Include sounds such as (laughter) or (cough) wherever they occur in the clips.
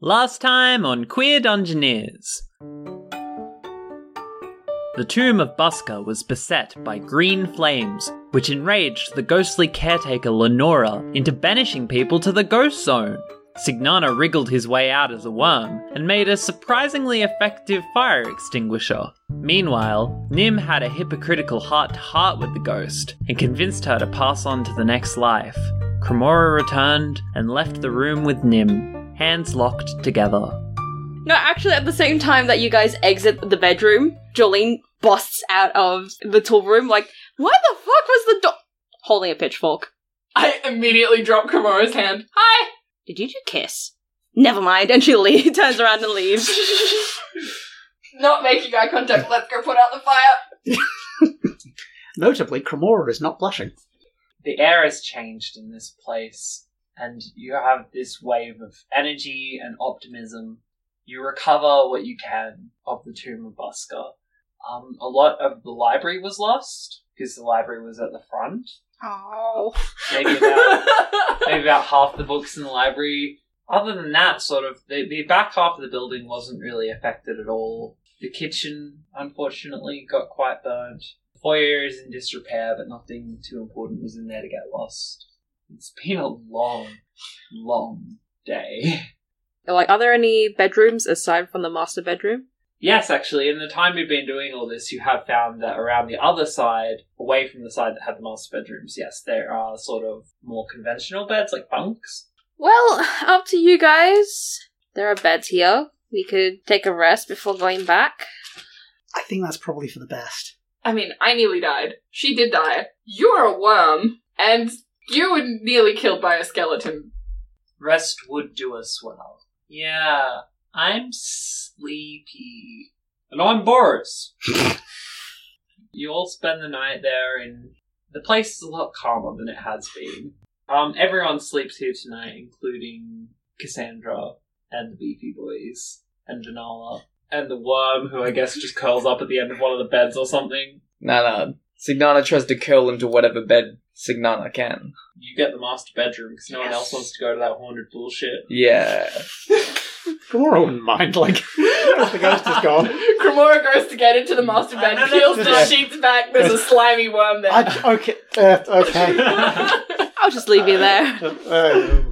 Last time on Queer Dungeoneers. The tomb of Busker was beset by green flames, which enraged the ghostly caretaker Lenora into banishing people to the ghost zone. Signana wriggled his way out as a worm and made a surprisingly effective fire extinguisher. Meanwhile, Nim had a hypocritical heart to heart with the ghost and convinced her to pass on to the next life. Cremora returned and left the room with Nim, hands locked together. No, actually, at the same time that you guys exit the bedroom, Jolene busts out of the tool room like, why the fuck was the door holding a pitchfork? I immediately drop Kamora's hand. Hi! Did you two kiss? Never mind. (laughs) And she le- turns around and leaves. Not making eye contact, let's go put out the fire. Notably, Cremora is not blushing. the air has changed in this place, and you have this wave of energy and optimism. You recover what you can of the Tomb of Busker. Um, a lot of the library was lost because the library was at the front. Oh. Maybe about maybe about half the books in the library. Other than that, sort of the, the back half of the building wasn't really affected at all. The kitchen, unfortunately, got quite burnt. The foyer is in disrepair, but nothing too important was in there to get lost. It's been a long, long day. Like, are there any bedrooms aside from the master bedroom? Yes, actually, in the time you've been doing all this, you have found that around the other side, away from the side that had the master bedrooms, yes, there are sort of more conventional beds, like bunks. Well, up to you guys. There are beds here. We could take a rest before going back. I think that's probably for the best. (laughs) I mean, I nearly died. She did die. You're a worm, and you were nearly killed by a skeleton. (laughs) Rest would do us well. Yeah, I'm sleepy. And I'm Boris. (laughs) you all spend the night there, and the place is a lot calmer than it has been. Um, everyone sleeps here tonight, including Cassandra and the Beefy Boys and Janala and the worm, who I guess just curls up at the end of one of the beds or something. Nah, nah. Signana tries to curl into whatever bed Signana can. You get the master bedroom because no one else wants to go to that haunted bullshit. Yeah. Cremora wouldn't mind, like, (laughs) the ghost is gone. Cremora goes to get into the master bed, I don't peels know. the sheets back, there's a slimy worm there. I, okay, uh, okay. (laughs) I'll just leave you there. (laughs) Uh, uh,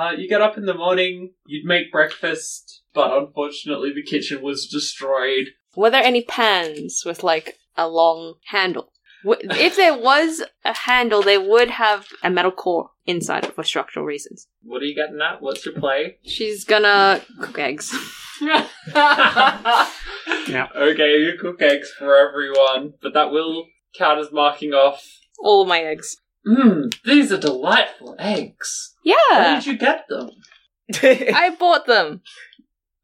Uh, you get up in the morning, you'd make breakfast, but unfortunately the kitchen was destroyed. Were there any pans with like a long handle? W- If there was a handle, they would have a metal core inside it for structural reasons. What are you getting at? What's your play? She's gonna cook eggs. (laughs) Okay, you cook eggs for everyone, but that will count as marking off. All of my eggs. Mmm, these are delightful eggs. Where Yeah, did you get them? I bought them.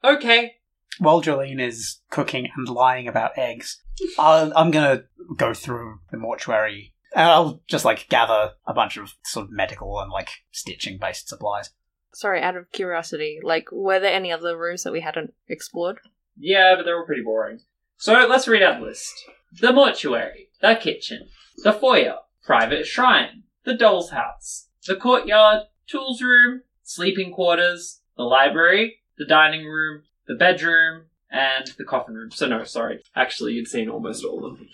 Okay. while Jolene is cooking and lying about eggs, I'll, I'm gonna go through the mortuary and I'll just, like, gather a bunch of sort of medical and, like, stitching based supplies. Sorry, out of curiosity, like were there any other rooms that we hadn't explored? Yeah, but they're all pretty boring. So let's read out the list. The mortuary, the kitchen, the foyer, private shrine, the doll's house, the courtyard, tools room, sleeping quarters, the library, the dining room, the bedroom, and the coffin room. So no, sorry. Actually, you'd seen almost all of them.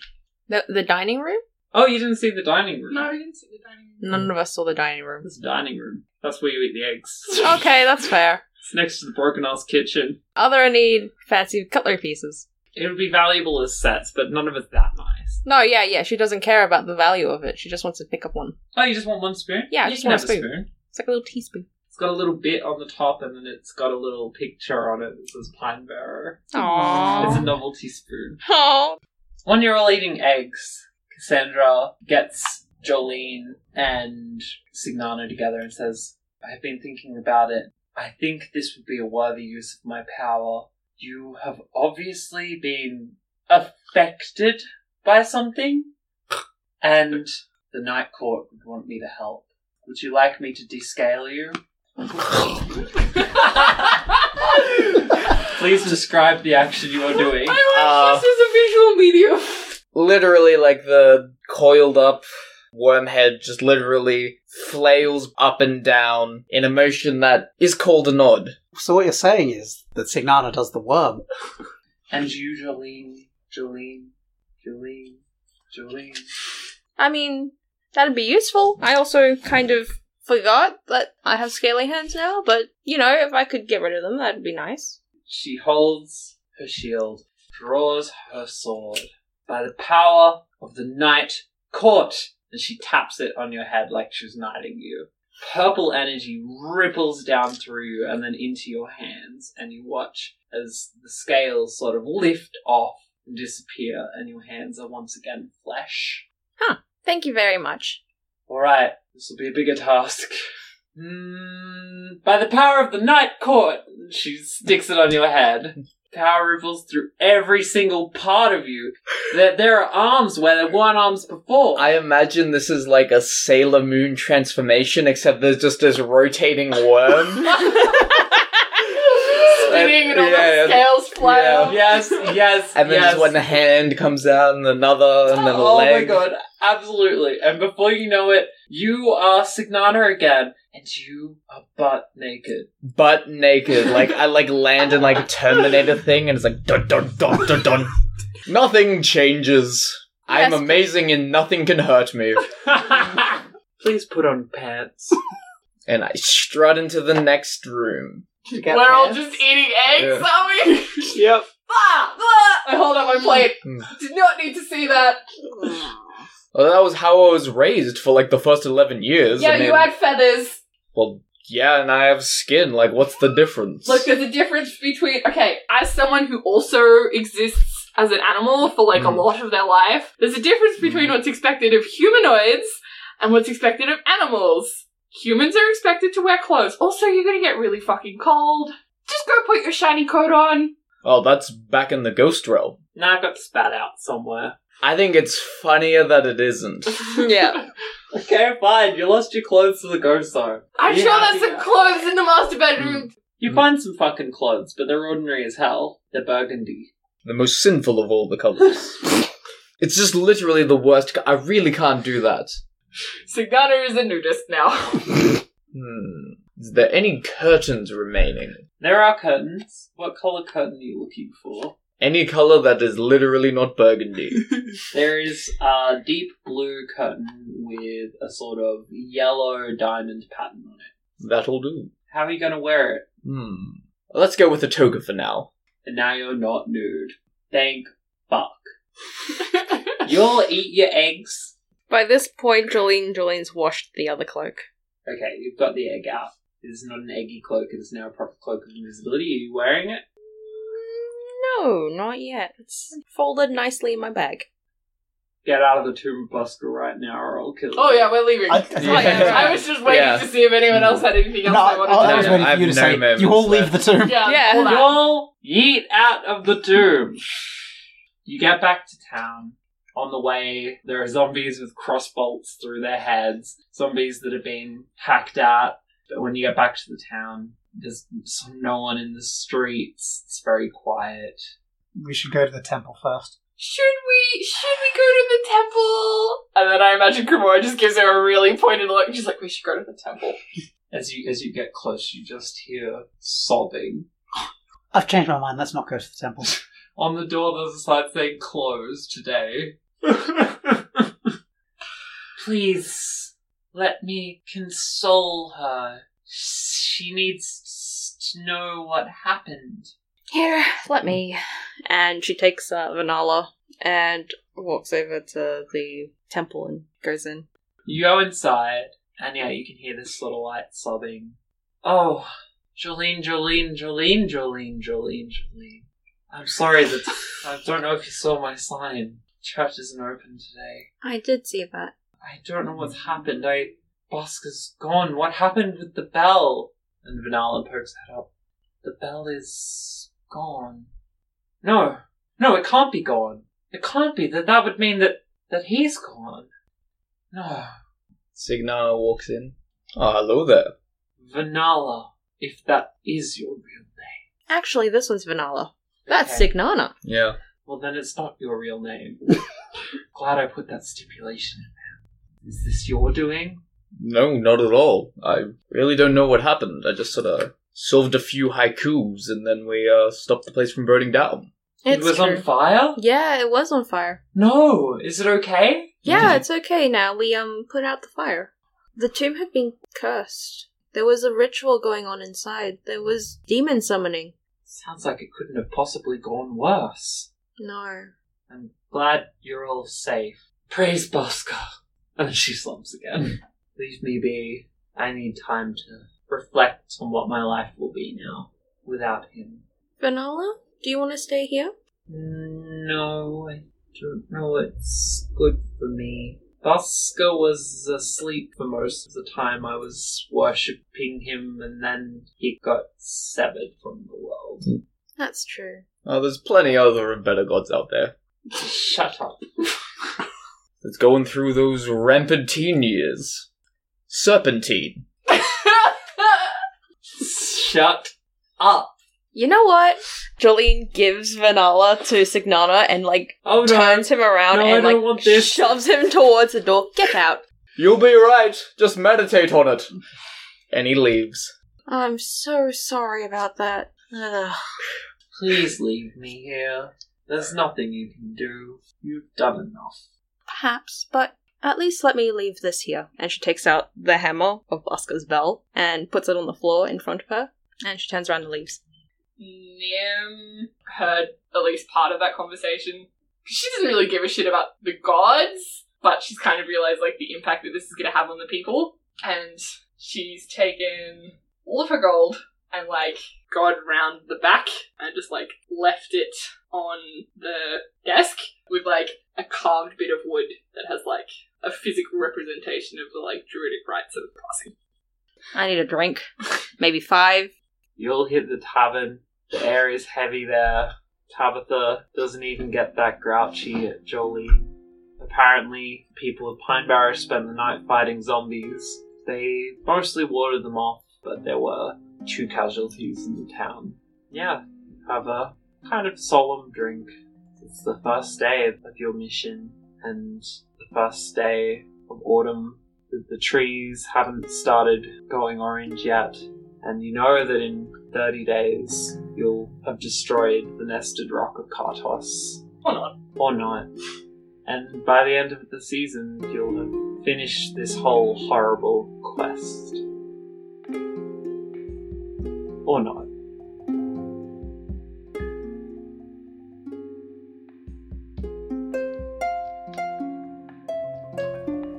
The the dining room? Oh, you didn't see the dining room. no, we didn't see the dining room. None of us saw the dining room. It's a dining room. That's where you eat the eggs. (laughs) Okay, that's fair. It's next to the broken ass kitchen. Are there any fancy cutlery pieces? It would be valuable as sets, but none of it's that nice. No, yeah, yeah. She doesn't care about the value of it. She just wants to pick up one. Oh, you just want one spoon? Yeah, I you just can want have a a spoon. spoon. It's like a little teaspoon. It's got a little bit on the top, and then it's got a little picture on it that says Pine Bearer. Aww. (laughs) It's a novelty spoon. Oh, When you're all eating eggs, Cassandra gets Jolene and Signano together and says, I've been thinking about it. I think this would be a worthy use of my power. You have obviously been affected by something, and the Night Court would want me to help. Would you like me to descale you? Please describe the action you are doing. I watched this as a visual medium. Literally, like the coiled up Wormhead just literally flails up and down in a motion that is called a nod. So what you're saying is that Signana does the worm. And you, Jolene, Jolene, Jolene, Jolene. I mean, that'd be useful. I also kind of forgot that I have scaly hands now, but you know, if I could get rid of them, that'd be nice. She holds her shield, draws her sword. By the power of the knight caught, and she taps it on your head like she's knighting you. Purple energy ripples down through you and then into your hands, and you watch as the scales sort of lift off and disappear, and your hands are once again flesh. Thank you very much. Alright, this will be a bigger task. Mm, by the power of the Night Court, she sticks it on your head. Power ripples through every single part of you. There, there are arms where there weren't arms before. I imagine this is like a Sailor Moon transformation, except there's just this (laughs) rotating worm. Spinning and all Yeah, yeah. the scales fly Yeah. (laughs) off. yes, yes, (laughs) and then yes. just when the hand comes out, and another, and then a oh leg. my god, absolutely. And before you know it, you are Signana again, and you are butt naked. butt naked. Like I like land in like a Terminator thing, and it's like dun dun dun dun dun. Nothing changes. I'm Yes. amazing, and nothing can hurt me. Please put on pants. And I strut into the next room. We're all just eating eggs, Yeah. are we? yep. ah, ah! I hold up my plate. Hmm. Did not need to see that. Well, that was how I was raised for like the first eleven years. yeah, I mean, you had feathers. well, yeah, and I have skin. Like, what's the difference? Look, there's a difference between okay, as someone who also exists as an animal for like a Mm. lot of their life, there's a difference Hmm. between what's expected of humanoids and what's expected of animals. Humans are expected to wear clothes. Also, you're gonna get really fucking cold. Just go put your shiny coat on. oh, that's back in the ghost realm. Now I got spat out somewhere. I think it's funnier that it isn't. Yeah. Okay, fine. You lost your clothes to the ghost zone. I'm Yeah. sure there's some clothes in the master bedroom. Hmm. You find some fucking clothes, but they're ordinary as hell. They're burgundy. the most sinful of all (laughs) the colors. it's just literally the worst. Co- I really can't do that. Signana is a nudist now. (laughs) Hmm. Is there any curtains remaining? There are curtains. What color curtain are you looking for? Any color that is literally not (laughs) burgundy. There is a deep blue curtain with a sort of yellow diamond pattern on it. That'll do. How are you going to wear it? Hmm. Let's go with the toga for now. And now you're not nude. Thank fuck. You'll eat your eggs. By this point, Jolene Jolene's washed the other cloak. Okay, you've got the egg out. It is not an eggy cloak, it is now a proper cloak of invisibility. Are you wearing it? No, not yet. It's folded nicely in my bag. Get out of the tomb busker right now or I'll kill you. (laughs) oh yeah, we're leaving. I, I, yeah. was just waiting Yeah. to see if anyone else had anything no, else I, they wanted I to was do. No, waiting I for you to have no say moments you all leave the (laughs) tomb. Yeah, Yeah. all that. Y'all yeet out of the tomb. You get back to town. On the way, there are zombies with cross bolts through their heads, zombies that have been hacked at. But when you get back to the town, there's sort of no one in the streets. It's very quiet. We should go to the temple first. Should we? Should we go to the temple? And then I imagine Kimura just gives her a really pointed look. She's like, "We should go to the temple." As you as you get close, you just hear sobbing. I've changed my mind. Let's not go to the temple. On the door, there's a sign saying "Closed today." Please let me console her. She needs to know what happened. Here, let me. And she takes uh, Vanala and walks over to the temple and goes in. You go inside, and yeah, you can hear this little light sobbing. Oh, Jolene, Jolene, Jolene, Jolene, Jolene, Jolene. I'm sorry that I don't know if you saw my sign. Church isn't open today. I did see that. I don't know what's happened. I Bosca's gone. What happened with the bell? And Vanilla pokes her head up. The bell is gone. No, no, it can't be gone. It can't be. That that would mean that that he's gone. No, Signana walks in. Oh, hello there. Vanilla. If that is your real name, Actually, this one's Vanala. That's Okay. Signana. Yeah. Well, then it's not your real name. Glad I put that stipulation. Is this your doing? No, not at all. I really don't know what happened. I just sort of solved a few haikus and then we uh, stopped the place from burning down. it was on fire? yeah, it was on fire. No. Is it okay? Yeah, it's okay now. We um put out the fire. The tomb had been cursed. There was a ritual going on inside. There was demon summoning. Sounds like it couldn't have possibly gone worse. No. I'm glad you're all safe. Praise Bosco. And she slumps (laughs) again. Leave me be. I need time to reflect on what my life will be now without him. Vanala, do you want to stay here? No, I don't know what's good for me. Bosco was asleep for most of the time I was worshipping him, and then he got severed from the world. (laughs) That's true. Oh, there's plenty other and better gods out there. Shut up. It's going through those rampant teen years. Serpentine. Shut up. You know what? Jolene gives Vanala to Signana and like Oh no. turns him around No, I and don't like want this. shoves him (laughs) towards the door. Get out. You'll be right. Just meditate on it. And he leaves. I'm so sorry about that. Ugh. Please leave me here. There's nothing you can do. You've done enough. Perhaps, but at least let me leave this here. And she takes out the hammer of Bosca's bell and puts it on the floor in front of her. And she turns around and leaves. Nim heard at least part of that conversation. She doesn't really give a shit about the gods, but she's kind of realized like the impact that this is going to have on the people, and she's taken all of her gold and like gone round the back and just like left it on the desk with like a carved bit of wood that has like a physical representation of the like druidic rites of passing. I need a drink. (laughs) Maybe five. You'll hit the tavern. The air is heavy there. Tabitha doesn't even get that grouchy at Jolene. Apparently, people of Pine Barrow spent the night fighting zombies. They mostly warded them off, but there were two casualties in the town. Yeah, have a kind of solemn drink. It's the first day of your mission, and the first day of autumn. The- The trees haven't started going orange yet, and you know that in 30 days you'll have destroyed the nested rock of Kartos. Or not. Or not. And by the end of the season, you'll have finished this whole horrible quest. Or not.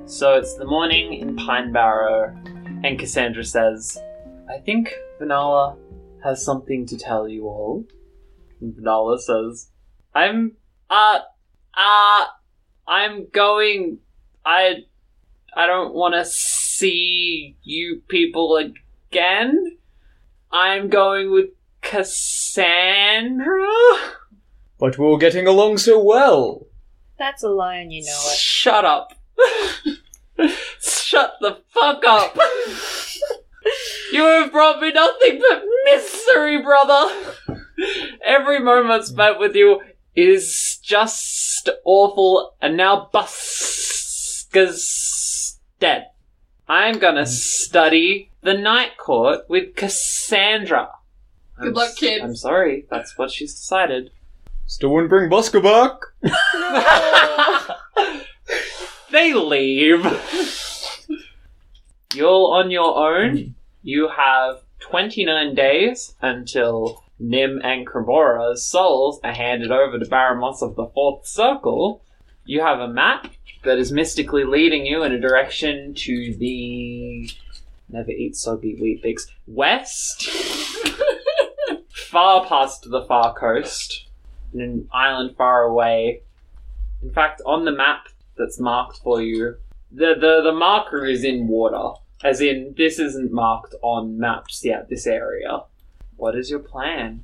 So it's the morning in Pine Barrow, and Cassandra says, I think Vanala has something to tell you all. And Vanala says, I'm, uh, uh, I'm going, I, I don't want to see you people again. I'm going with Cassandra? But we were getting along so well. That's a lie and you know it. Shut up. (laughs) Shut the fuck up. you have brought me nothing but misery, brother. Every moment spent with you is just awful, and now Buska's dead. I'm gonna study the night court with Cassandra. Good I'm luck, s- kid. I'm sorry, that's what she's decided. Still wouldn't bring Bosco back. they leave. You're on your own. You have 29 days until Nim and Krabora's souls are handed over to Baramos of the Fourth Circle. You have a map that is mystically leading you in a direction to the. Never eat soggy wheat bix. West. far past the far coast. In an island far away in fact, on the map that's marked for you, the, the, the marker is in water. As in, this isn't marked on maps yet, this area. What is your plan?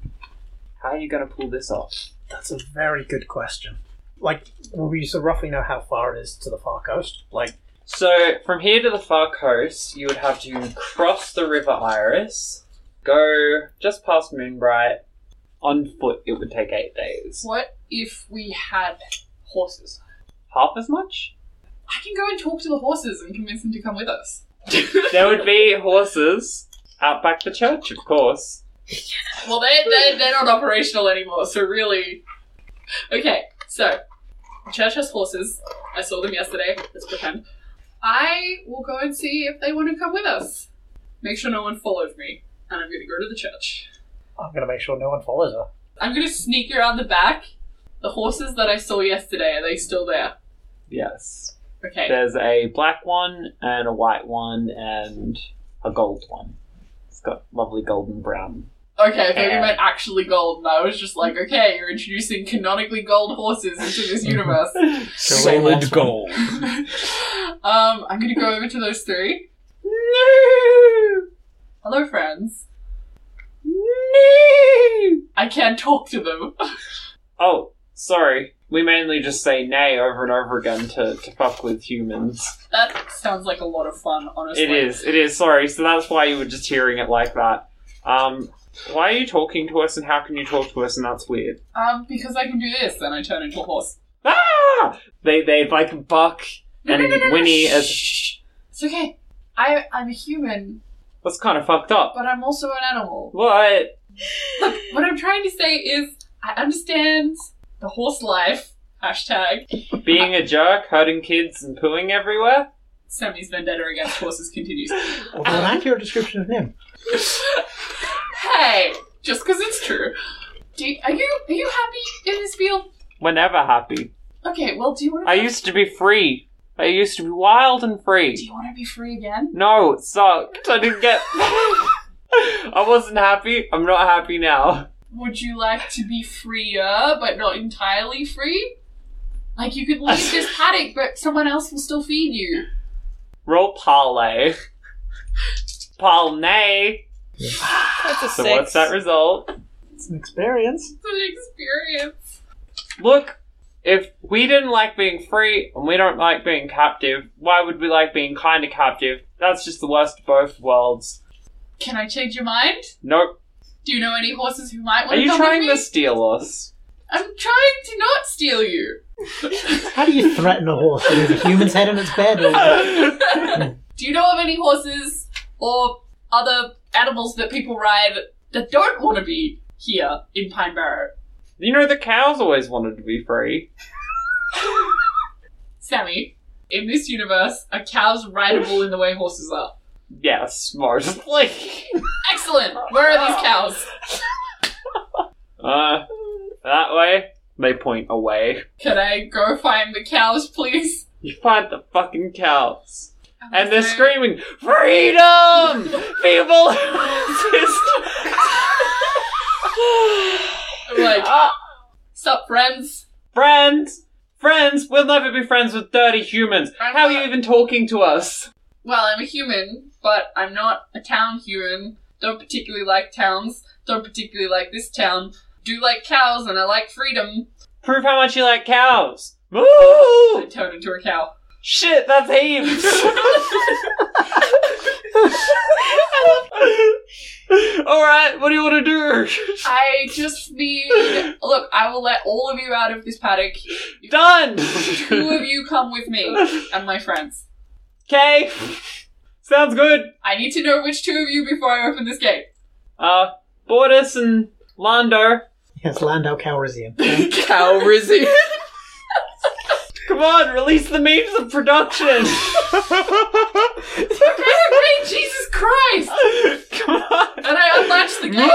How are you going to pull this off? That's a very good question. Like, will we so roughly know how far it is to the far coast? Like, So, from here to the far coast, you would have to cross the River Iris, go just past Moonbright. On foot, it would take eight days. What if we had horses? (laughs) Half as much? I can go and talk to the horses and convince them to come with us. There would be horses out back the church, of course. Well, they, they, they're not operational anymore, so really. Okay, so. Church has horses. I saw them yesterday. Let's pretend. I will go and see if they want to come with us. Make sure no one follows me, and I'm going to go to the church. I'm gonna make sure no one follows her. I'm going to sneak around the back. The horses that I saw yesterday, are they still there? Yes. Okay. There's a black one and a white one and a gold one. It's got lovely golden brown. (laughs) Okay, I thought you Yeah. meant actually gold, and I was just like, okay, you're introducing canonically gold horses into this universe. Solid (laughs) gold. (laughs) um, I'm gonna go over to those three. No! Hello, friends. No! I can't talk to them. (laughs) Oh, sorry. We mainly just say nay over and over again to, to fuck with humans. That sounds like a lot of fun, honestly. It is, it is, sorry. So that's why you were just hearing it like that. Um, why are you talking to us and how can you talk to us and that's weird? Um, because I can do this, then I turn into a horse. Ah! They, they like buck No, no, and no, no, no, whinny as. shh. It's okay. I, I'm a human, That's kind of fucked up. but I'm also an animal. What? Look, what I'm trying to say is, I understand the horse life. Hashtag Being a jerk, hurting kids, and pooing everywhere? Sammy's vendetta against horses continues. Although an accurate description of him. hey, just because it's true. Do you, are you are you happy in this field? We're never happy. Okay, well, do you want to? I used to be free. I used to be wild and free. Do you want to be free again? No, it sucked. I didn't get. (laughs) I wasn't happy. I'm not happy now. Would you like to be freer, but not entirely free? Like you could leave (laughs) this paddock, but someone else will still feed you. Roll parlay. Parlay. That's a So six. what's that result? It's an experience. It's an experience. Look, if we didn't like being free and we don't like being captive, why would we like being kind of captive? That's just the worst of both worlds. Can I change your mind? Nope. Do you know any horses who might Are want to you come trying with me? to steal us? (laughs) I'm trying to not steal you. How do you threaten a horse? With a human's head in its bed? Or... (laughs) Do you know of any horses or other animals that people ride that don't want to be here in Pine Barrow? You know the cows always wanted to be free. Sammy, in this universe, are cows rideable in the way horses are? Yes, mostly. Excellent! Where are these cows? Uh, that way. They point away. Can I go find the cows, please? You find the fucking cows. And they're Also- screaming, Freedom! People (laughs) resist! I'm like, Ah, sup, friends? friends! Friends! We'll never be friends with dirty humans! I'm How are not- you even talking to us? Well, I'm a human, but I'm not a town human. Don't particularly like towns. Don't particularly like this town. Do like cows, and I like freedom. Prove how much you like cows! I Woo! turn into a cow. Shit, that's (laughs) heaps! Alright, what do you want to do? (laughs) I just need. Look, I will let all of you out of this paddock. Done! Two of you come with me and my friends. Okay. Sounds good. I need to know which two of you before I open this (laughs) gate. Uh, Bordis and Londo. Yes, Landau Calrissian. Cow Rizzy. Come on, release the memes of production! (laughs) Great, great, Jesus Christ! Come on! And I unlatch the gate. (laughs)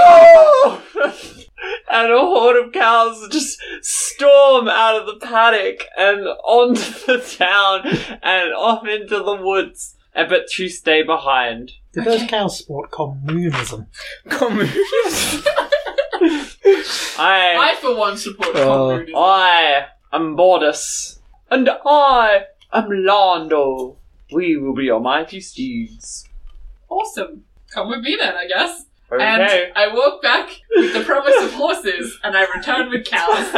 No! and a horde of cows just storm out of the paddock and onto (laughs) the town and off into the woods. Eh, But you stay behind. Did those cows sport communism? I, I, for one, support Oh. communism. I am Bordis. And I am Londo. We will be your mighty steeds. Awesome. Come with me then, I guess. Okay. (laughs) And I walk back with the promise of horses, and I return with cows.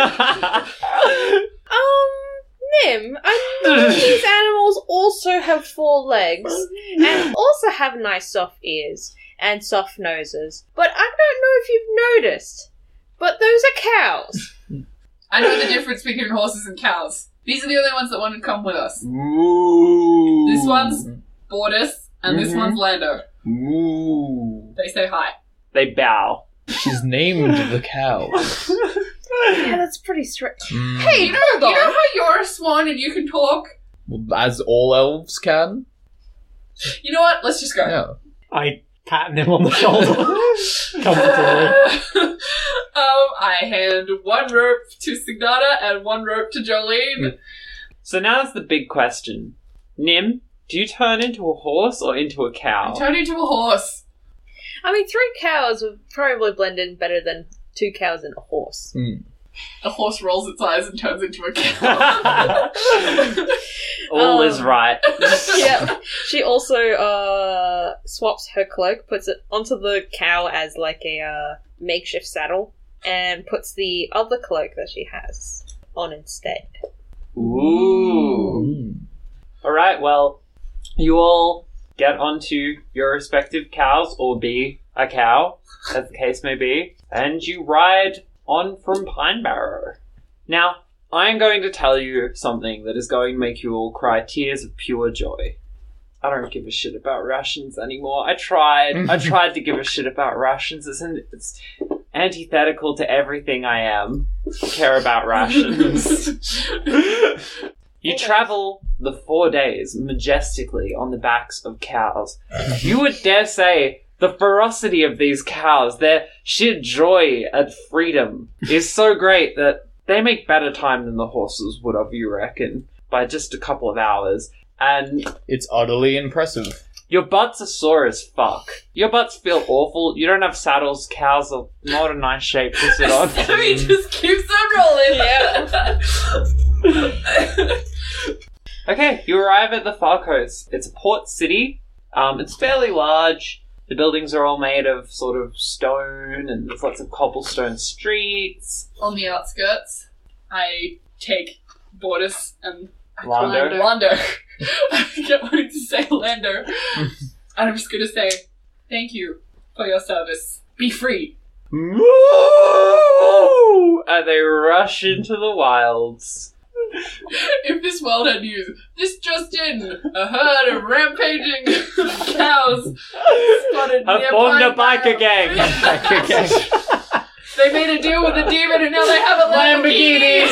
(laughs) Um, Nim, I know these animals also have four legs and also have nice soft ears and soft noses, but I don't know if you've noticed, but those are cows. I know the difference between horses and cows. These are the only ones that want to come with us. Moo. This one's Bordis, and this Mhm. one's Lando. Moo. They say hi. They bow. She's named the (laughs) cow. Yeah, that's pretty strict. Mm. Hey, you know, you know how you're a swan and you can talk? Well, As all elves can. You know what? Let's just go. Yeah. I patting him on the (laughs) shoulder comfortably. um, I hand one rope to Signata and one rope to Jolene. So now's the big question. Nim, do you turn into a horse or into a I cow? (laughs) turn into a horse. I mean, three cows would probably blend in better than two cows and (laughs) a horse. The horse rolls its eyes and turns into (laughs) a cow. (laughs) (laughs) All is Um, right. (laughs) (laughs) yeah. She also uh, swaps her cloak, puts it onto the cow as like a uh, makeshift saddle, and puts the other cloak that she has on instead. Ooh. All right, well, you all get onto your respective cows or be a cow, as the case may be, and you ride on from Pine Barrow. Now, I am going to tell you something that is going to make you all cry tears of pure joy. I don't give a shit about rations anymore. I tried. I tried to give a shit about rations. It's, an, it's antithetical to everything I am. I care about rations. You travel the four days majestically on the backs of cows. You would dare say the ferocity of these cows, their sheer joy at freedom, is so great that they make better time than the horses would have, you reckon, by just a couple of hours. And It's utterly impressive. your butts are sore as fuck. Your butts feel awful. You don't have saddles. Cows are not a nice shape to sit (laughs) on. so he just keeps on rolling. Yeah. (laughs) Okay, you arrive at the far coast. It's a port city. Um, it's fairly large. The buildings are all made of sort of stone, and there's lots of cobblestone streets. On the outskirts, I take Bordis and Lando. Lando. (laughs) I get wanted to say (laughs) Lando. and I'm just gonna say, thank you for your service. Be free. (laughs) Moo! And they rush into the wilds. If this world had news, this just in, a herd of rampaging (laughs) cows spotted Have near formed a Pine biker Barrow. gang. biker gang. (laughs) They made a deal with the demon and now they have a Lamborghini.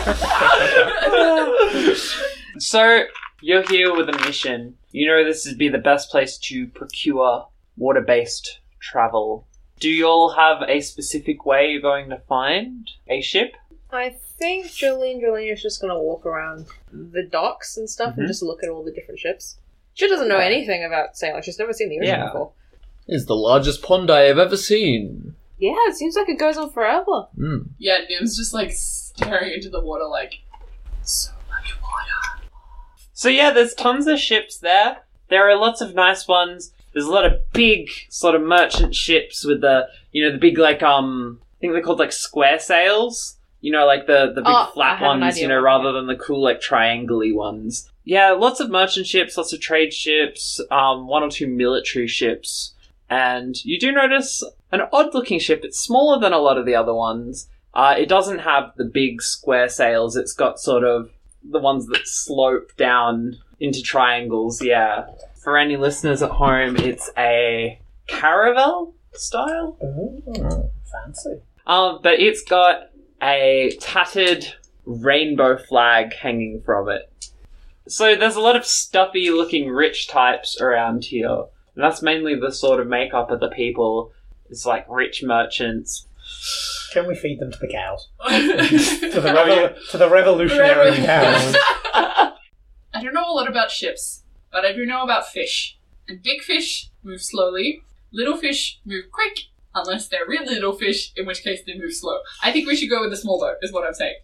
(laughs) so you're here with a mission. You know this would be the best place to procure water-based travel. Do you all have a specific way you're going to find a ship? I think Jolene Jolene is just gonna walk around the docks and stuff Mhm. and just look at all the different ships. She doesn't know anything about sailing. She's never seen the ocean Yeah. before. (laughs) It's the largest pond I have ever seen. Yeah, it seems like it goes on forever. Mm. (laughs) yeah, Nim's just like staring into the (laughs) water like, (laughs) so much water. So yeah, there's tons of ships there. There are lots of nice ones. There's a lot of big sort of merchant ships with the you know the big like um I think they're called like square sails. You know, like the the big Oh, I flat have an ones, you idea know, what- rather than the cool like triangly ones. Yeah, lots of merchant ships, lots of trade ships, um, one or two military ships, and you do notice an odd looking ship. It's smaller than a lot of the other ones. Uh, it doesn't have the big square sails. It's got sort of the ones that slope down into triangles. Yeah. For any listeners at home, it's a caravel style. Fancy. Um, but it's got a tattered rainbow flag hanging from it. So there's a lot of stuffy looking rich types around here. And that's mainly the sort of makeup of the people. It's like rich merchants. Can we feed them to the cows? To I the, revo- to the revolutionary Revo- (laughs) cows. don't know a lot about ships, but I do know about fish. And big fish move slowly, little fish move quick, unless they're really little fish, in which case they move slow. I think we should go with the small boat, is what I'm saying.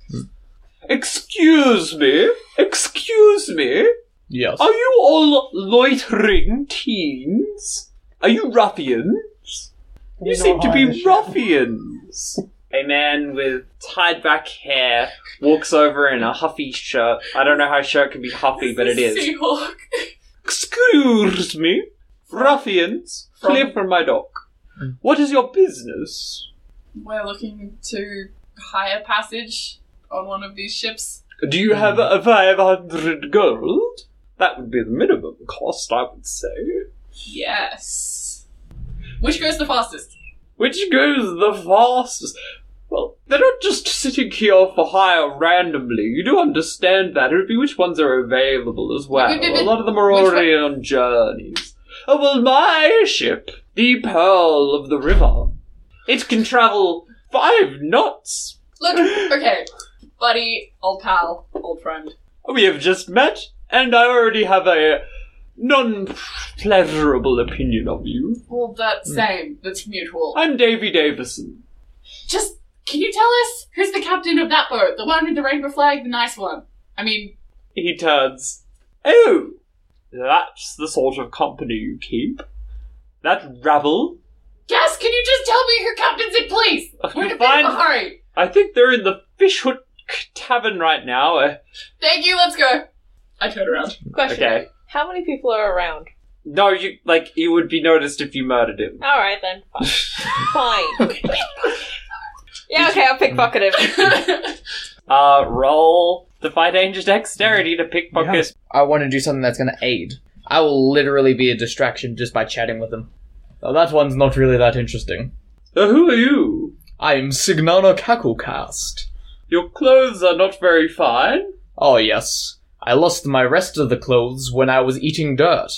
Excuse me, excuse me. Yes. Are you all loitering teens? Are you ruffians? You seem to be ruffians. (laughs) A man with tied back hair walks over in a huffy shirt. I don't know how a shirt can be huffy, but it is. Seahawk. (laughs) Excuse me, ruffians, clear from my dock. What is your business? We're looking to hire passage on one of these ships. Do you have a 500 gold? That would be the minimum cost, I would say. Yes. Which goes the fastest? Which goes the fastest. Well, they're not just sitting here for hire randomly. You do understand that. It would be which ones are available as (laughs) well. Wait, wait, wait. A lot of them are Which one- already on journeys. Oh, well, my ship, the Pearl of the River, it can travel five knots. (laughs) Look, okay. Buddy, old pal, old friend. We have just met, and I already have a non pleasurable opinion of you. Well, Hmm. that same. That's mutual. I'm Davy Davison. Just, can you tell us who's the captain of that boat? The one with the rainbow flag, the nice one. I mean, He turns. Oh! That's the sort of company you keep. That rabble. yes, can you just tell me who captains (laughs) it, please? We're in a bit of a Fine. hurry. I think they're in the Fish Hook Tavern right now. Uh, Thank you, let's go. I turn (laughs) around. Question: Okay. How many people are around? No, you like you would be noticed if you murdered him. All right then, (laughs) fine. fine. (laughs) yeah, okay, I'll pickpocket him. Uh, roll the fight angel dexterity to pickpocket. I want to do something that's going to aid. I will literally be a distraction just by chatting with them. Now, that one's not really that interesting. Uh, who are you? I am Signano Cacklecast. Your clothes are not very fine. Oh, yes. I lost my rest of the clothes when I was (laughs) eating dirt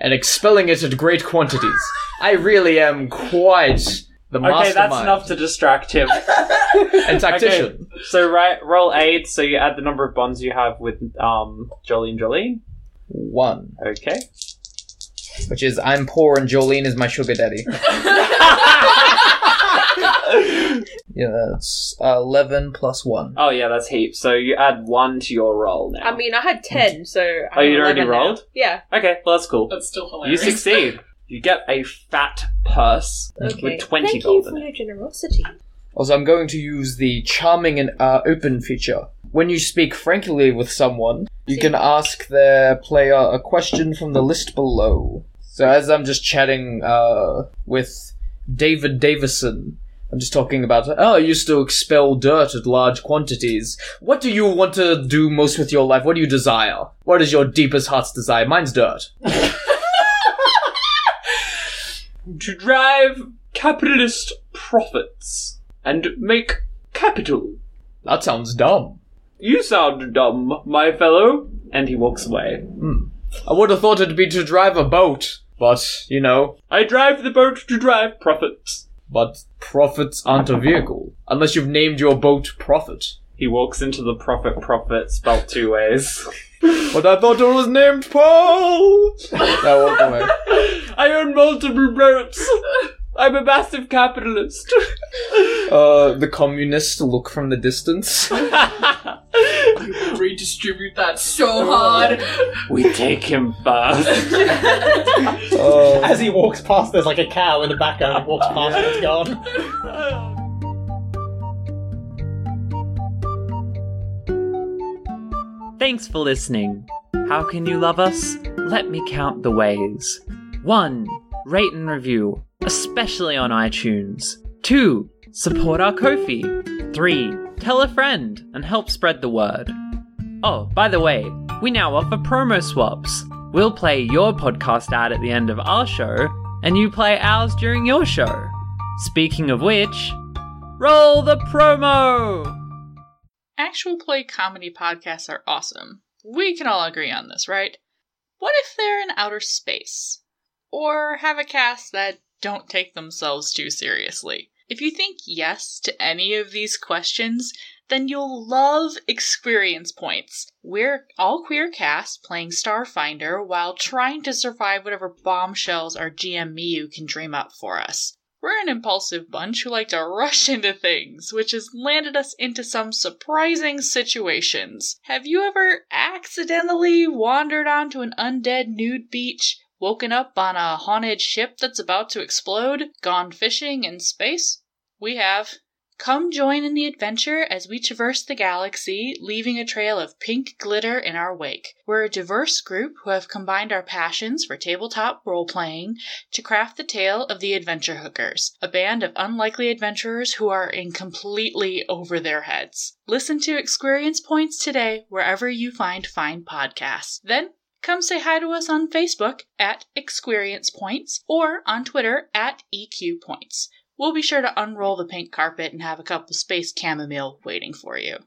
and expelling it at great quantities. I really am quite the Okay, mastermind that's enough to distract him. (laughs) and tactician. So right, roll aid. So you add the number of bonds you have with um Jolene Jolene. One, Okay. which is I'm poor and Jolene is my (laughs) sugar daddy. (laughs) Yeah, that's uh, 11 plus 1. oh yeah, that's heaps. So you add one to your roll now. I mean, I had ten, so I'm oh, you'd already 11 now. rolled. Yeah. Okay, well that's cool. That's still You hilarious. succeed. You get a fat purse Okay. with twenty Thank gold you for in it. your generosity. Also, I'm going to use the charming and uh, open feature. When you speak frankly with someone, you can ask their player a question from the list below. So, as I'm just chatting uh, with David Davison, I'm just talking about, oh, I used to expel dirt at large quantities. What do you want to do most with your life? What do you desire? What is your deepest heart's desire? Mine's dirt. To drive capitalist profits and make capital. That sounds dumb. You sound dumb, my fellow. And he walks away. I would have thought it'd be to drive a boat, but, you know, I drive the boat to drive profits. But profits aren't a vehicle. Unless you've named your boat Profit. He walks into the profit profit spelt two ways. (laughs) But I thought it was named Paul! no, walk away. I own multiple boats. I'm a massive capitalist. (laughs) Uh, the communists look from the distance. (laughs) Redistribute that so hard. (laughs) we take him first. Uh, As he walks past, there's like a cow in the background. He walks past, and it's gone. Thanks for listening. How can you love us? Let me count the ways. 1. Rate and review, especially on iTunes. 2. Support our Kofi. 3. Tell a friend and help spread the word. Oh, by the way, we now offer promo swaps. We'll play your podcast ad at the end of our show, and you play ours during your show. Speaking of which, roll the promo! actual play comedy podcasts are awesome. We can all agree on this, right? What if they're in outer space? Or have a cast that don't take themselves too seriously? If you think yes to any of these questions, then you'll love Experience Points. We're all queer cast playing Starfinder while trying to survive whatever bombshells our GM Miyu can dream up for us. We're an impulsive bunch who like to rush into things, which has landed us into some surprising situations. Have you ever accidentally wandered onto an undead nude beach, woken up on a haunted ship that's about to explode, gone fishing in space? We have. Come join in the adventure as we traverse the galaxy, leaving a trail of pink glitter in our wake. We're a diverse group who have combined our passions for tabletop role playing to craft the tale of the Adventure Hookers, a band of unlikely adventurers who are in completely over their heads. Listen to Experience Points today wherever you find fine podcasts. Then Come say hi to us on Facebook at Experience Points or on Twitter at E EQ Points. We'll be sure to unroll the pink carpet and have a cup of space chamomile waiting for you.